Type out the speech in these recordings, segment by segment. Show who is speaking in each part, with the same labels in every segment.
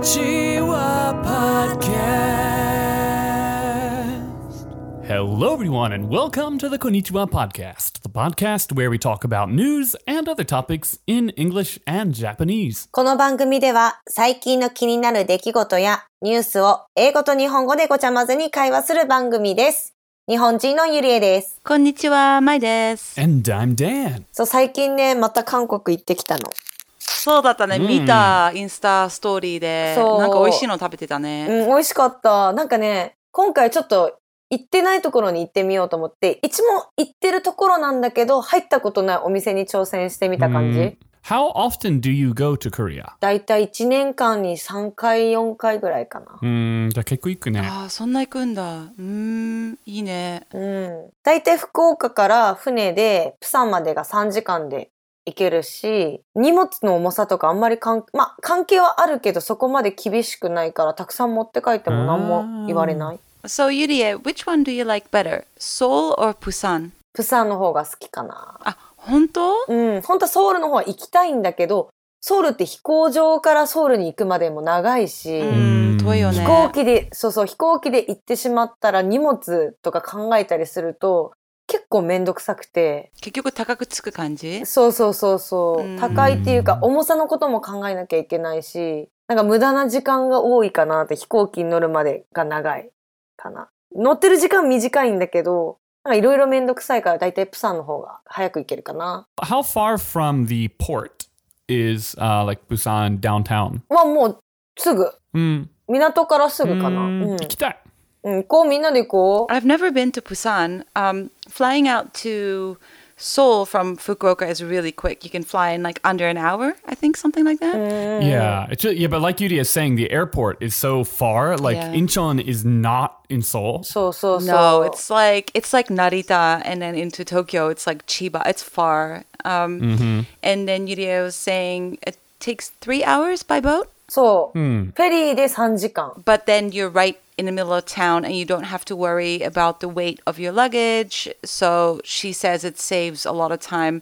Speaker 1: ちはパッケ
Speaker 2: Hello, everyone, and welcome to the Konnichiwa Podcast, the podcast where we talk about news and other topics in English and Japanese.
Speaker 3: この番組では最近の気になる出来事やニュースを英語と日本語でごちゃ混ぜに会話する番組です。日本人のゆりえです。
Speaker 4: こんにちは、まいです。
Speaker 2: And I'm Dan.
Speaker 3: そう、最近ね、また韓国行ってきたの。
Speaker 4: そうだったね、見たインスタストーリーで、
Speaker 3: そう
Speaker 4: なんか美味しいの食べてたね。
Speaker 3: うん、美味しかった。なんかね、今回ちょっと行ってないところに行ってみようと思って、一問行ってるところなんだけど、入ったことないお店に挑戦してみた感じ。
Speaker 2: Hmm. How often do you go to Korea?
Speaker 3: だいたい1年間に3回、4回ぐらいかな。
Speaker 2: うん、じゃあ結構行くね。
Speaker 4: ああ、そんな行くんだ。うーん、いいね。
Speaker 3: うん。大体福岡から船で、プサンまでが3時間で行けるし、荷物の重さとかあんまり関、まあ、関係はあるけど、そこまで厳しくないから、たくさん持って帰っても何も言われない。
Speaker 4: So, Yurie, which one do you like better? Seoul or Busan?
Speaker 3: プサンの方が好きかな。
Speaker 4: あ、本当
Speaker 3: うん。本当はソウルの方は行きたいんだけど、ソウルって飛行場からソウルに行くまでも長いし、
Speaker 4: うん、遠いよね。
Speaker 3: 飛行機で、そうそう、飛行機で行ってしまったら荷物とか考えたりすると、結構めんどくさくて、
Speaker 4: 結局高くつく感じ
Speaker 3: そうそうそうそう、
Speaker 4: うん
Speaker 3: 高いっていうか重さのことも考えなきゃいけないしなんか無駄な時間が多いかなって飛行機に乗るまでが長いかな乗ってる時間短いんだけどなんかいろいろめんどくさいから大体プサンの方が早く行けるかな
Speaker 2: How far from the port is, uh, like, Busan downtown?
Speaker 3: はもうすぐ
Speaker 2: うん。
Speaker 3: 港からすぐかな
Speaker 2: う
Speaker 3: うんん、
Speaker 2: 行きたい。
Speaker 3: うん、行こうみんなで行こう
Speaker 4: I've never been to Busan. Um, flying out to Seoul from Fukuoka is really quick. You can fly in like under an hour, I think, something like that.
Speaker 2: Yeah, it's ju- yeah, but like Yudi is saying, the airport is so far. Like
Speaker 4: Yeah.
Speaker 2: Incheon is not in Seoul.
Speaker 3: そうそうそう
Speaker 4: No, it's like it's like Narita, and then into Tokyo, it's like Chiba. It's far. Um, And then Yurie was saying it takes three hours by boat,
Speaker 3: そう、フェリーで3時間
Speaker 4: but then you're right in the middle of town, and you don't have to worry about the weight of your luggage. So she says it saves a lot of time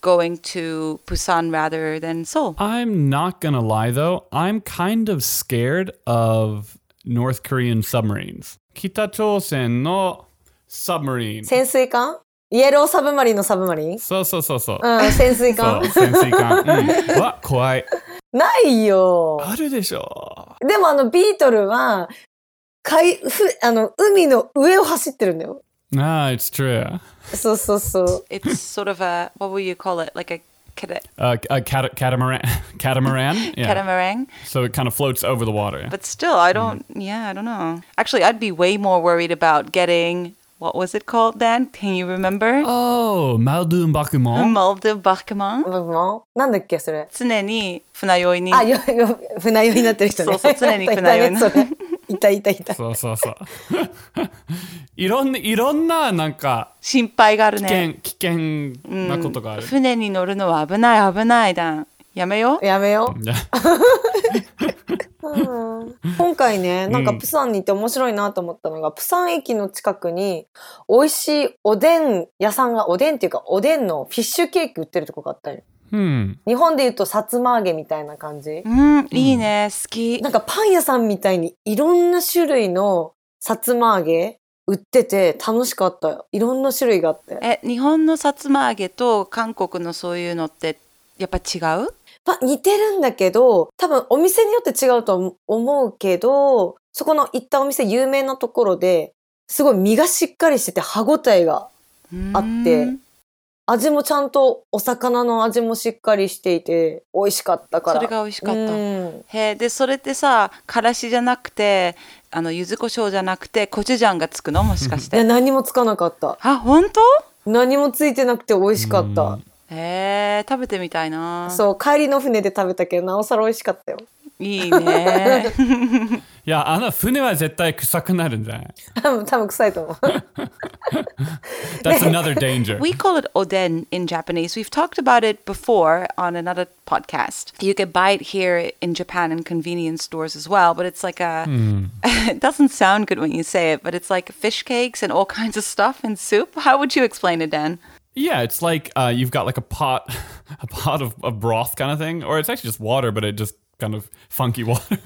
Speaker 4: going to Busan rather than Seoul.
Speaker 2: I'm not gonna lie though, I'm kind of scared of North Korean submarines. Kitachosen no submarine.
Speaker 3: 潜水艦イエローサブマリンのサブマリン
Speaker 2: So so so so.
Speaker 4: Oh,
Speaker 3: うん潜水
Speaker 2: So Mm.
Speaker 3: 艦
Speaker 2: 潜水艦。うん。わ、怖い。
Speaker 3: ないよ
Speaker 2: あるでしょ。
Speaker 3: でもあのビートルは海ふあの海の上を走ってるんだよ。
Speaker 2: Ah, it's true.
Speaker 3: そうそうそう。
Speaker 4: It's sort of a what would you call it? Like a cat-
Speaker 2: Uh, a cat- catamaran. catamaran. Yeah.
Speaker 4: catamaran.
Speaker 2: so it kind of floats over the water.
Speaker 4: But still, I don't. Yeah, I don't know. Actually, I'd be way more worried about getting what was it called then? Can you remember?
Speaker 2: oh, Maldun
Speaker 4: Mm.
Speaker 2: Bakumon.
Speaker 4: Malde Barkman.
Speaker 3: 僕もなんだっけそれ。
Speaker 4: 常に船酔いに。
Speaker 3: あよよ船酔いになってる人ね。
Speaker 4: そうそう常に船酔い
Speaker 3: い
Speaker 4: な
Speaker 3: たねそれいたいたいた。
Speaker 2: そうそうそう。いろんな、いろんな、なんか、危険、
Speaker 4: 心配があるね。
Speaker 2: 危険なことがある。
Speaker 4: 船に乗るのは危ない危ないだ。やめよう。
Speaker 3: やめよ
Speaker 2: じゃ
Speaker 3: う。今回ねなんかプサンに行って面白いなと思ったのが、プサン駅の近くに美味しいおでん屋さんがおでんっていうかおでんのフィッシュケーキ売ってるとこがあったよ。
Speaker 2: うん。
Speaker 3: 日本で言うとさつま揚げみたいな感じ。
Speaker 4: うん、いいね。好き。
Speaker 3: なんかパン屋さんみたいにいろんな種類のさつま揚げ売ってて楽しかったよ。いろんな種類があって。
Speaker 4: え、日本のさつま揚げと韓国のそういうのってやっぱ違う
Speaker 3: まあ、似てるんだけど、多分お店によって違うと思うけど、そこの行ったお店有名なところで、すごい身がしっかりしてて歯ごたえが、あって。
Speaker 4: うん。
Speaker 3: 味もちゃんとお魚の味もしっかりしていて、美味しかったから。
Speaker 4: それが美味しかった
Speaker 3: うん
Speaker 4: へえでそれってさからしじゃなくてあの柚子胡椒じゃなくてコチュジャンがつくのもしかし
Speaker 3: いや、
Speaker 4: て
Speaker 3: 何もつかなかった。
Speaker 4: あ本当
Speaker 3: 何もついてなくて美味しかった。
Speaker 4: へえ食べてみたいな
Speaker 3: そう、帰りの船で食べたけど、なおさら美味しかったよ。
Speaker 4: いいね
Speaker 2: いや、あの船は絶対臭くなるんじゃない
Speaker 3: 多分多分臭いと思う。
Speaker 2: ?That's another danger.
Speaker 4: We call it oden in Japanese. We've talked about it before on another podcast. You can buy it here in Japan in convenience stores as well, but it's like a it doesn't sound good when you say it, but it's like fish cakes and all kinds of stuff and soup. How would you explain it, Dan?
Speaker 2: Yeah, it's like uh, you've got like a pot, a pot of, of broth kind of thing, or it's actually just water, but it just kind of funky water,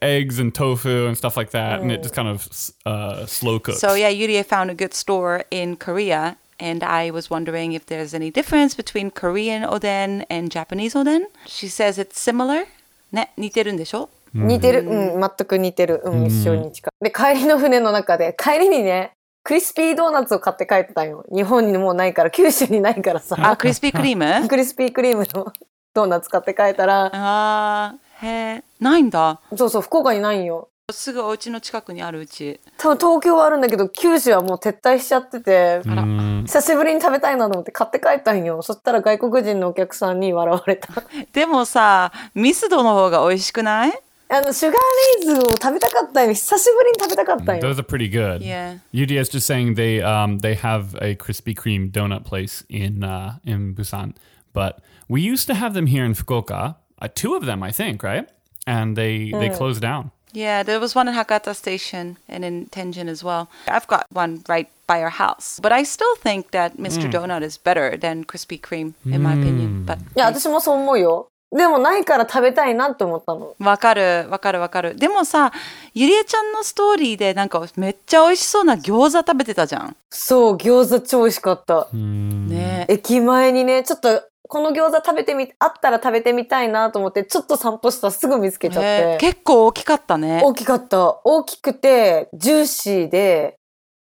Speaker 2: eggs and tofu and stuff like that, and it just kind of uh, slow cooks.
Speaker 4: So yeah, Yuria found a good store in Korea, and I was wondering if there's any difference between Korean oden and Japanese oden. She says it's similar. ね、似てるんでしょ
Speaker 3: 似てる。うん、全く似てる。うん、一緒に近い。で、帰りの船の中で、帰りにね、クリスピードーナツを買って帰ってたよ。日本にもうないから、九州にないからさ。
Speaker 4: あ、クリスピークリーム
Speaker 3: クリスピークリームの ドーナツ買って帰ったら、
Speaker 4: あー、へー、ないんだ。
Speaker 3: そうそう、福岡にないんよ。
Speaker 4: すぐお家の近くにあるうち。
Speaker 3: 多分東京はあるんだけど、九州はもう撤退しちゃってて、
Speaker 4: あら、
Speaker 2: Mm.
Speaker 3: 久しぶりに食べたいなと思って買って帰ったんよ。そしたら外国人のお客さんに笑われた。
Speaker 4: でもさ、ミスドの方が美味しくない
Speaker 3: あの、シュガーレイズを食べたかったんよ。久しぶりに食べたかったんよ。
Speaker 2: Those are pretty good.
Speaker 4: Yeah.
Speaker 2: UDS just saying they um they have a Krispy Kreme donut place in uh, in Busan, but we used to have them here in Fukuoka. Uh, two of them, I think, right? And they they closed down.
Speaker 4: Yeah, there was one in Hakata Station and in Tenjin as well. I've got one right by our house. But I still think that Mr. Donut is better than Krispy Kreme, in my opinion. But
Speaker 3: いや、私もそう思うよ。でもないから食べたいなって思ったの。
Speaker 4: わかるわかるわかる。でもさ、ゆりえちゃんのストーリーでなんかめっちゃ美味しそうな餃子食べてたじゃん。
Speaker 3: そう、餃子超美味しかった。
Speaker 2: Hmm.
Speaker 4: ねえ。
Speaker 3: 駅前にね、ちょっと、この餃子食べてみ、あったら食べてみたいなと思って、ちょっと散歩したらすぐ見つけちゃっ
Speaker 4: え
Speaker 3: て。
Speaker 4: ー結構大きかったね。
Speaker 3: 大きかった。大きくて、ジューシーで、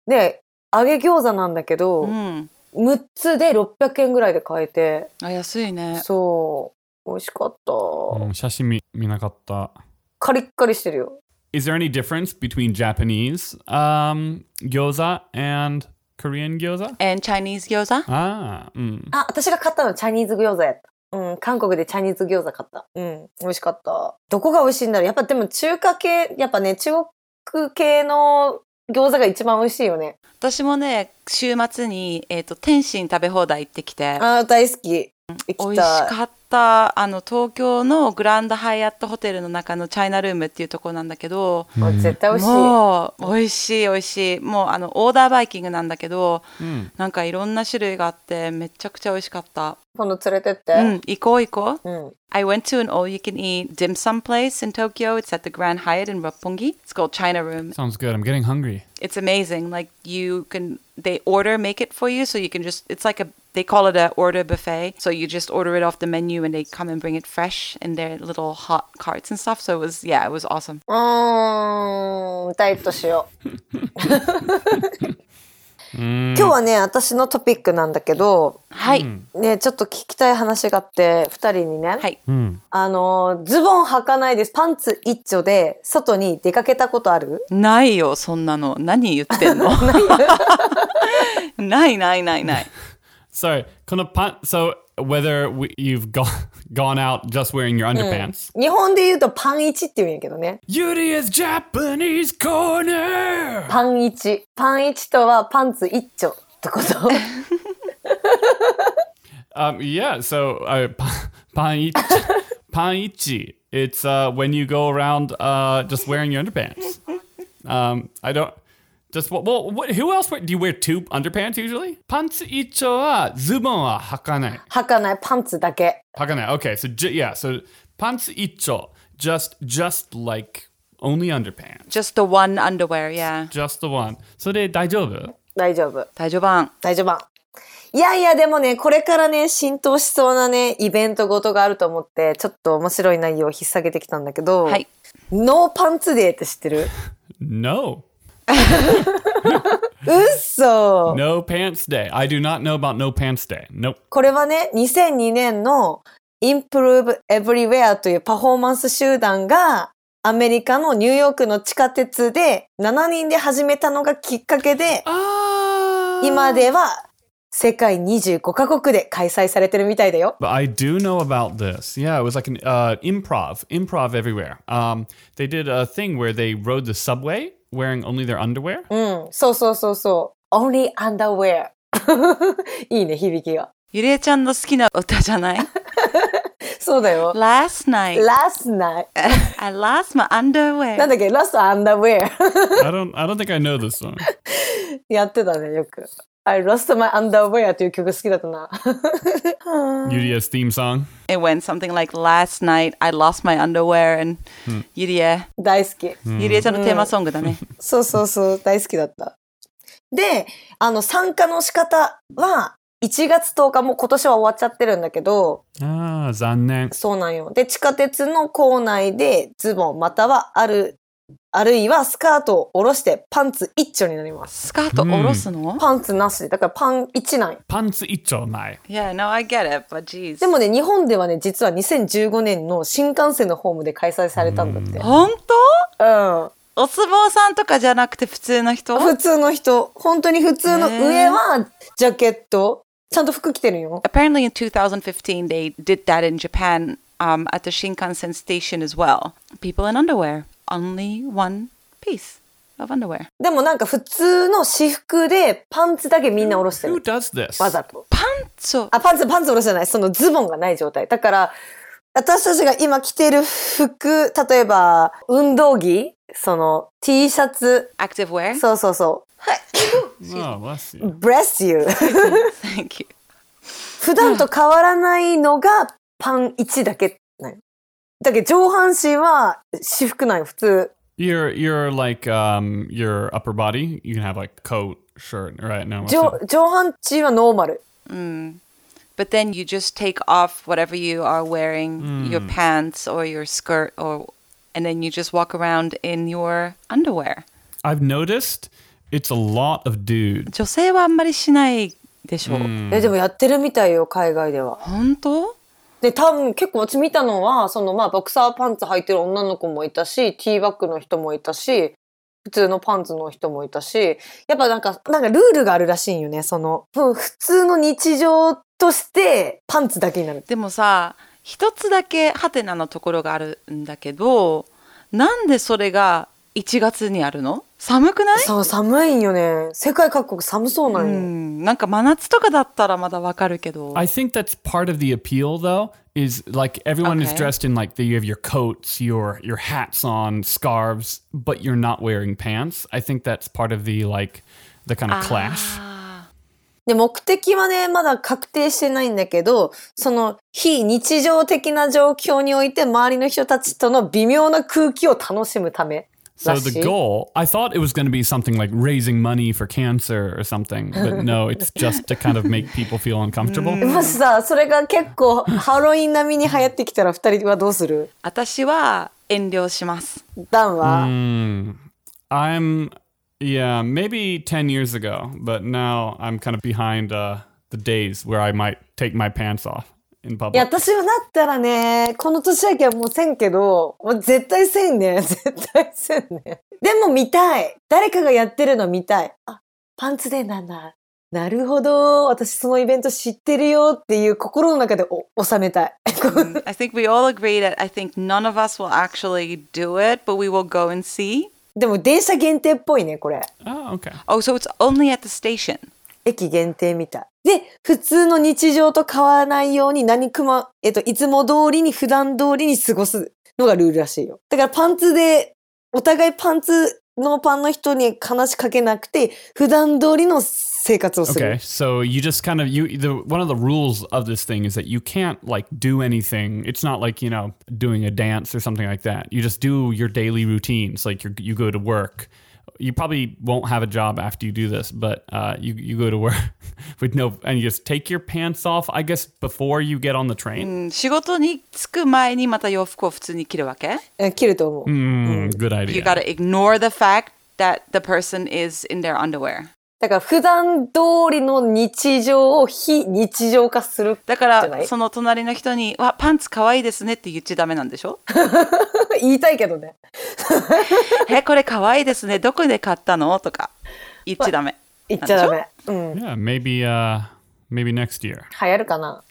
Speaker 3: で、揚げ餃子なんだけど、
Speaker 4: うん。
Speaker 3: 6つで600円ぐらいで買えて、
Speaker 4: あ、安いね。
Speaker 3: そう、美味しかった。
Speaker 2: Hmm, Sashimi minakatta.
Speaker 3: カリッカリしてるよ。
Speaker 2: Is there any difference between Japanese um, gyoza and Korean gyoza?
Speaker 4: And Chinese 餃子
Speaker 2: Ah, mm.
Speaker 3: あ、私が買ったのチャイニーズ餃子やった。うん、韓国でチャイニーズ餃子買った。うん、美味しかった。どこが美味しいんだろうやっぱでも中華系、やっぱね、中国系の餃子が一番美味しいよね。
Speaker 4: 私もね、週末に、えっ、と、天津食べ放題行ってきて、
Speaker 3: あー、大好き。
Speaker 4: 美
Speaker 3: 行
Speaker 4: 味
Speaker 3: き
Speaker 4: した
Speaker 3: い。
Speaker 4: かった。あの、東京のグランドハイアットホテルの中のチャイナルームっていうところなんだけど、
Speaker 3: もう絶対美味しい。
Speaker 4: もう、美味しい美味しい。もう、あの、オーダーバイキングなんだけど、
Speaker 2: hmm.
Speaker 4: なんかいろんな種類があって、めちゃくちゃ美味しかった。
Speaker 3: 今度連れてっ
Speaker 4: う
Speaker 3: て
Speaker 4: ん。、行こう行こう。
Speaker 3: うん。
Speaker 4: Mm, I went to an all-you-can-eat dim sum place in Tokyo. It's at the Grand Hyatt in Roppongi. It's called China Room.
Speaker 2: Sounds good. I'm getting hungry.
Speaker 4: It's amazing. Like you can, they order make it for you, so you can just. It's like a they call it a order buffet. So you just order it off the menu, and they come and bring it fresh in their little hot carts and stuff. So it was yeah, it was awesome.
Speaker 3: うーん、ダイエットしよう。
Speaker 2: Hmm.
Speaker 3: 今日はね、私のトピックなんだけど、
Speaker 4: Hi,
Speaker 3: ね、ちょっと聞きたい話があって、二人にね、
Speaker 4: hi.
Speaker 2: Hmm.
Speaker 3: あの、ズボン履かないです。パンツ一丁で、外に出かけたことある
Speaker 4: ないよそんなの。何言ってん の？ないないないない。
Speaker 2: So, kono pan- so whether we, you've gone gone out just wearing your underpants.
Speaker 3: 日本で言うとパン一って言うんやけどね。
Speaker 2: Yuri is Japanese corner.
Speaker 3: パン一。パン一とはパンツ一丁って こと。
Speaker 2: Um, yeah. So, uh, pa- panichi, panichi. It's uh, when you go around uh, just wearing your underpants. Um, I don't. Just well, well what, who else would, do you wear two underpants usually? Pantsicho wa zubon wa hakanai.
Speaker 3: 履かないパンツだけ。
Speaker 2: Hakanai. Okay, so ju- yeah, so pantsicho, just just like only underpants,
Speaker 4: Just the one underwear. Yeah.
Speaker 2: just the one. So they daijobu.
Speaker 3: 大丈夫。
Speaker 4: 大丈夫。
Speaker 3: 大丈夫。いやいや、でもね、これからね、浸透しそうなね、イベントごとがあると思って、ちょっと面白い内容を引っ提げてきたんだけど、
Speaker 4: はい。
Speaker 3: ノーパンツデーって知ってる
Speaker 2: No,
Speaker 3: うっそ
Speaker 2: no pants day. I do not know about no pants day. Nope.
Speaker 3: これはね、2002年の Improve Everywhere というパフォーマンス集団が、アメリカのニューヨークの地下鉄で7人で始めたのがきっかけで、
Speaker 2: Ah.
Speaker 3: 今では世界25カ国で開催されてるみたいだよ。
Speaker 2: But I do know about this. Yeah, it was like an uh, improv, improv everywhere. Um, they did a thing where they rode the subway wearing only their underwear.
Speaker 3: うん、そうそうそうそう。Only underwear. いいね、響きが。
Speaker 4: ゆりえちゃんの好きな歌じゃない
Speaker 3: そうだよ。
Speaker 4: ？Last night.
Speaker 3: Last night.
Speaker 4: I lost my underwear.
Speaker 3: なんだっけ ?Last underwear.
Speaker 2: I don't, I don't think I know this song.
Speaker 3: やってたね、よく。 I lost my underwear という曲好きだったな。
Speaker 2: UDS theme song.
Speaker 4: It went something like last night I lost my underwear and Yurie.
Speaker 3: 大好き。
Speaker 4: Yurie ちゃんのテーマソングだね。
Speaker 3: そうそうそう、大好きだった。で、あの、参加の仕方は、1月10日、もう今年は終わっちゃってるんだけど、
Speaker 2: Ah, zannen.
Speaker 3: そうなんよ。で、地下鉄の構内でズボンまたはある、あるいはスカートを下ろしてパンツ一丁になります。
Speaker 4: スカート下ろすの
Speaker 3: パンツなしで、だからパン一なんよ
Speaker 2: Pants icho mai.
Speaker 4: Yeah, no, I get it, but jeez.
Speaker 3: でもね、日本ではね、実は2015年の新幹線のホームで開催されたんだって。
Speaker 4: 本
Speaker 3: うん。
Speaker 4: 当お相撲さんとかじゃなくて普通の人
Speaker 3: 普通の人、本当に普通の上はジャケット、ちゃんと服着てるよ。
Speaker 4: Apparently in 2015 they did that in Japan um, at the Shinkansen station as well. People in underwear. Only one piece of underwear.
Speaker 3: でもなんか普通の私服でパンツだけみんな下ろして
Speaker 2: Who
Speaker 3: る。
Speaker 2: does this?
Speaker 3: わざと。
Speaker 4: パンツを
Speaker 3: あ、パンツ、パンツ下ろしてない。そのズボンがない状態。だから、私たちが今着てる服、例えば、運動着その T シャツ。
Speaker 4: active wear?
Speaker 3: そうそうそう。
Speaker 2: Oh, bless you.
Speaker 3: bless you.
Speaker 4: Thank you.
Speaker 3: 普段と変わらないのがパン1だけなんよ。だけど上半身は私服なんよ、普通。
Speaker 2: Your your like um your upper body, you can have like coat, shirt, right? No.
Speaker 3: 上上半身はノーマル。
Speaker 4: But then you just take off whatever you are wearing, your pants or your skirt or and then you just walk around in your underwear.
Speaker 2: I've noticed it's a lot of dudes.
Speaker 4: 女性はあんまりしないでしょう。
Speaker 3: えでもやってるみたいよ、海外では。
Speaker 4: 本当
Speaker 3: で、多分結構私見たのは、そのまあボクサーパンツ履いてる女の子もいたし、ティーバッグの人もいたし、普通のパンツの人もいたし、やっぱなんか、なんかルールがあるらしいんよね、その、ふ普通の日常としてパンツだけになる。
Speaker 4: でもさ、一つだけハテナのところがあるんだけど、なんでそれが1月にあるの寒くない
Speaker 3: そう、寒いんよね。世界各国寒そうな
Speaker 4: うん
Speaker 3: よ。
Speaker 4: ん、なんか真夏とかだったらまだわかるけど。
Speaker 2: I think that's part of the appeal, though, is like everyone is
Speaker 4: Okay.
Speaker 2: dressed in like the, you have your coats, your your hats on, scarves, but you're not wearing pants. I think that's part of the like the kind of clash.
Speaker 4: Ah,
Speaker 3: で、目的はね、まだ確定してないんだけど、その非日常的な状況において周りの人たちとの微妙な空気を楽しむため
Speaker 2: So
Speaker 3: らし
Speaker 2: the
Speaker 3: い。
Speaker 2: goal, I thought it was going to be something like raising money for cancer or something, but no, it's just to kind of make people feel uncomfortable.
Speaker 3: もしさ、それが結構ハロウィン並みに流行ってきたら二人はどうする
Speaker 4: 私は遠慮します。
Speaker 3: ダンは、
Speaker 2: Hmm, I'm yeah, maybe 10 years ago, but now I'm kind of behind uh, the days where I might take my pants off in
Speaker 3: い
Speaker 2: public.
Speaker 3: や、私はだったらね、この年明けはもうせんけど、もう絶対せん ね。絶対せんね。でも見たい。誰かがやってるの見たい。あ、パンツデーなんだ。なるほど。私そのイベント知ってるよっていう心の中でお収めたい。
Speaker 4: I think we all agree that I think none of us will actually do it, but we will go and see.
Speaker 3: でも電車限定っぽいね、これ。
Speaker 2: Oh, okay.
Speaker 4: Oh, so it's only at the station.
Speaker 3: 駅限定みたい。で、普通の日常と変わらないように何くま、えっと、いつも通りに普段通りに過ごすのがルールらしいよ。だからパンツで、お互いパンツのパンの人に話しかけなくて、普段通りの生活をす
Speaker 2: Okay,
Speaker 3: る。
Speaker 2: so you just kind of you the one of the rules of this thing is that you can't like do anything. It's not like you know doing a dance or something like that. You just do your daily routines. Like you you go to work. You probably won't have a job after you do this, but uh, you you go to work with no and you just take your pants off. I guess before you get on the train.
Speaker 4: うん仕事に着く前にまた洋服を普通に着るわけ
Speaker 3: え切ると思う。
Speaker 2: Mm, good
Speaker 4: You
Speaker 2: idea.
Speaker 4: gotta ignore the fact that the person is in their underwear.
Speaker 3: だから普段通りの日常を非日常化する。
Speaker 4: だか
Speaker 3: じゃな
Speaker 4: ら、
Speaker 3: い
Speaker 4: その隣の人に、わ、パンツ可愛いですねって言っちゃダメなんでしょ
Speaker 3: 言いたいけどね。
Speaker 4: え、これ可愛いですね。どこで買ったのとか言っちゃダメ。
Speaker 3: 言っちゃダメ。うん。
Speaker 2: yeah, maybe uh, maybe next year.
Speaker 3: 流行るかな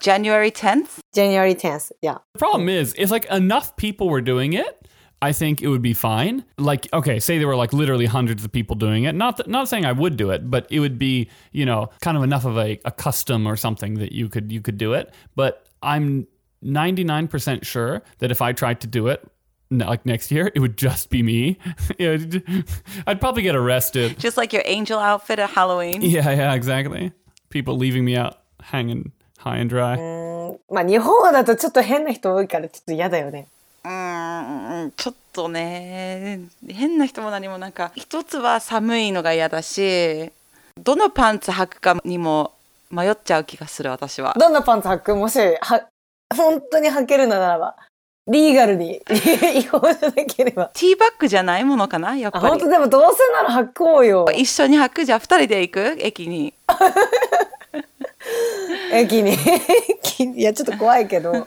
Speaker 4: January 10th?
Speaker 3: ?January 10th. いや。
Speaker 2: The problem is, if like enough people were doing it, I think it would be fine. Like, okay, say there were like literally hundreds of people doing it. Not that, not saying I would do it, but it would be you know kind of enough of a, a custom or something that you could you could do it. But I'm 99% sure that if I tried to do it n- like next year, it would just be me. It would- I'd probably get arrested.
Speaker 4: Just like your angel outfit at Halloween.
Speaker 2: Yeah, yeah, exactly. People leaving me out hanging high and dry.
Speaker 3: まあ日本はだとちょっと変な人多いからちょっと嫌だよね。
Speaker 4: うーんちょっとね変な人も何もなんか一つは寒いのが嫌だしどのパンツ履くかにも迷っちゃう気がする私は
Speaker 3: どんなパンツ履くもし、は、本当に履けるのならば、リーガルに 違法じゃなければ。
Speaker 4: ティーバッグじゃないものかなやっ
Speaker 3: あ、
Speaker 4: ぱ
Speaker 3: 本
Speaker 4: り
Speaker 3: 当でもどうせなら履こうよ。
Speaker 4: 一緒に履くじゃあ2人で行く駅に
Speaker 3: 駅に。 駅にいや、ちょっと怖いけ ど。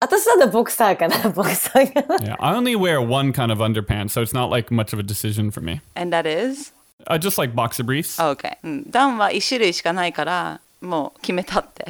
Speaker 3: 私だとボクサーかな、ボ クサーか
Speaker 2: Yeah,
Speaker 3: な。
Speaker 2: I only wear one kind of underpants, so it's not like much of a decision for me.
Speaker 4: And that is?
Speaker 2: I Uh, just like boxer briefs.
Speaker 4: OK、うん、ダンは1種類しかないからもう決めたって、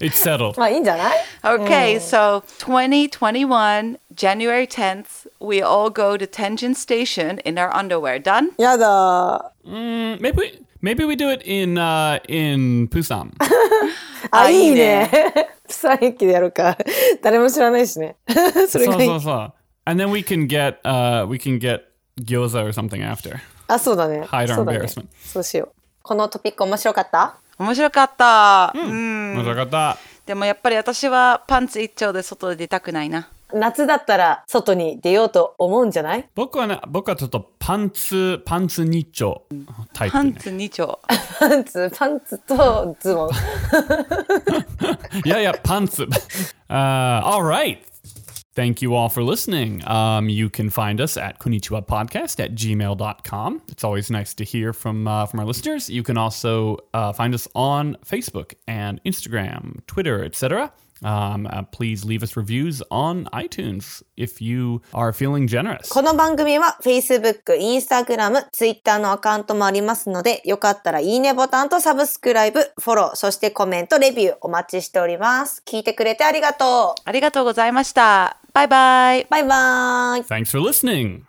Speaker 2: It's settled.
Speaker 3: まあいいんじゃない
Speaker 4: Okay, so 2021, January 10th, we all go to Tenjin Station in our underwear. Done?
Speaker 3: やだ
Speaker 2: Mm, maybe we, maybe we do it in uh, in Pusan.
Speaker 3: ー。 あ、いいね。 プサン駅でやろうか。 誰も知らないしね。 それ
Speaker 2: so,
Speaker 3: がいい
Speaker 2: so,。so. And then we can get uh, we can get gyoza or something after.
Speaker 3: あ、そうだね。
Speaker 2: Hide our
Speaker 3: そうだね
Speaker 2: embarrassment.
Speaker 3: そうしよう。このトピック面白かった
Speaker 4: 面白かった、うん
Speaker 2: Mm. Mazakata.
Speaker 4: でもやっぱり私はパンツ一丁で外で出たくないな
Speaker 3: 夏だったら外に出ようと思うんじゃない
Speaker 2: 僕はね、僕はちょっとパンツ、パンツ日丁タイプ
Speaker 4: パ
Speaker 2: で
Speaker 4: ン
Speaker 2: ね。
Speaker 4: ツ二丁
Speaker 3: パンツ、パンツとズボン。
Speaker 2: いやいや、パンツ。Uh, all right. Thank you all for listening. Um, you can find us at Konichiwa Podcast at gmail.com. It's always nice to hear from, uh, from our listeners. You can also uh, find us on Facebook and Instagram, Twitter, etc. Um, uh, please leave us reviews on iTunes if you are feeling generous.
Speaker 3: この番組は Facebook、Instagram、Twitter のアカウントもありますので、よかったらいいねボタンとサブスクライブ、フォロー、そしてコメント、レビューお待ちしております。聞いてくれてありがと
Speaker 4: ありがとうございましたバイバイ
Speaker 3: う。バイバーイ。
Speaker 2: Thanks for listening.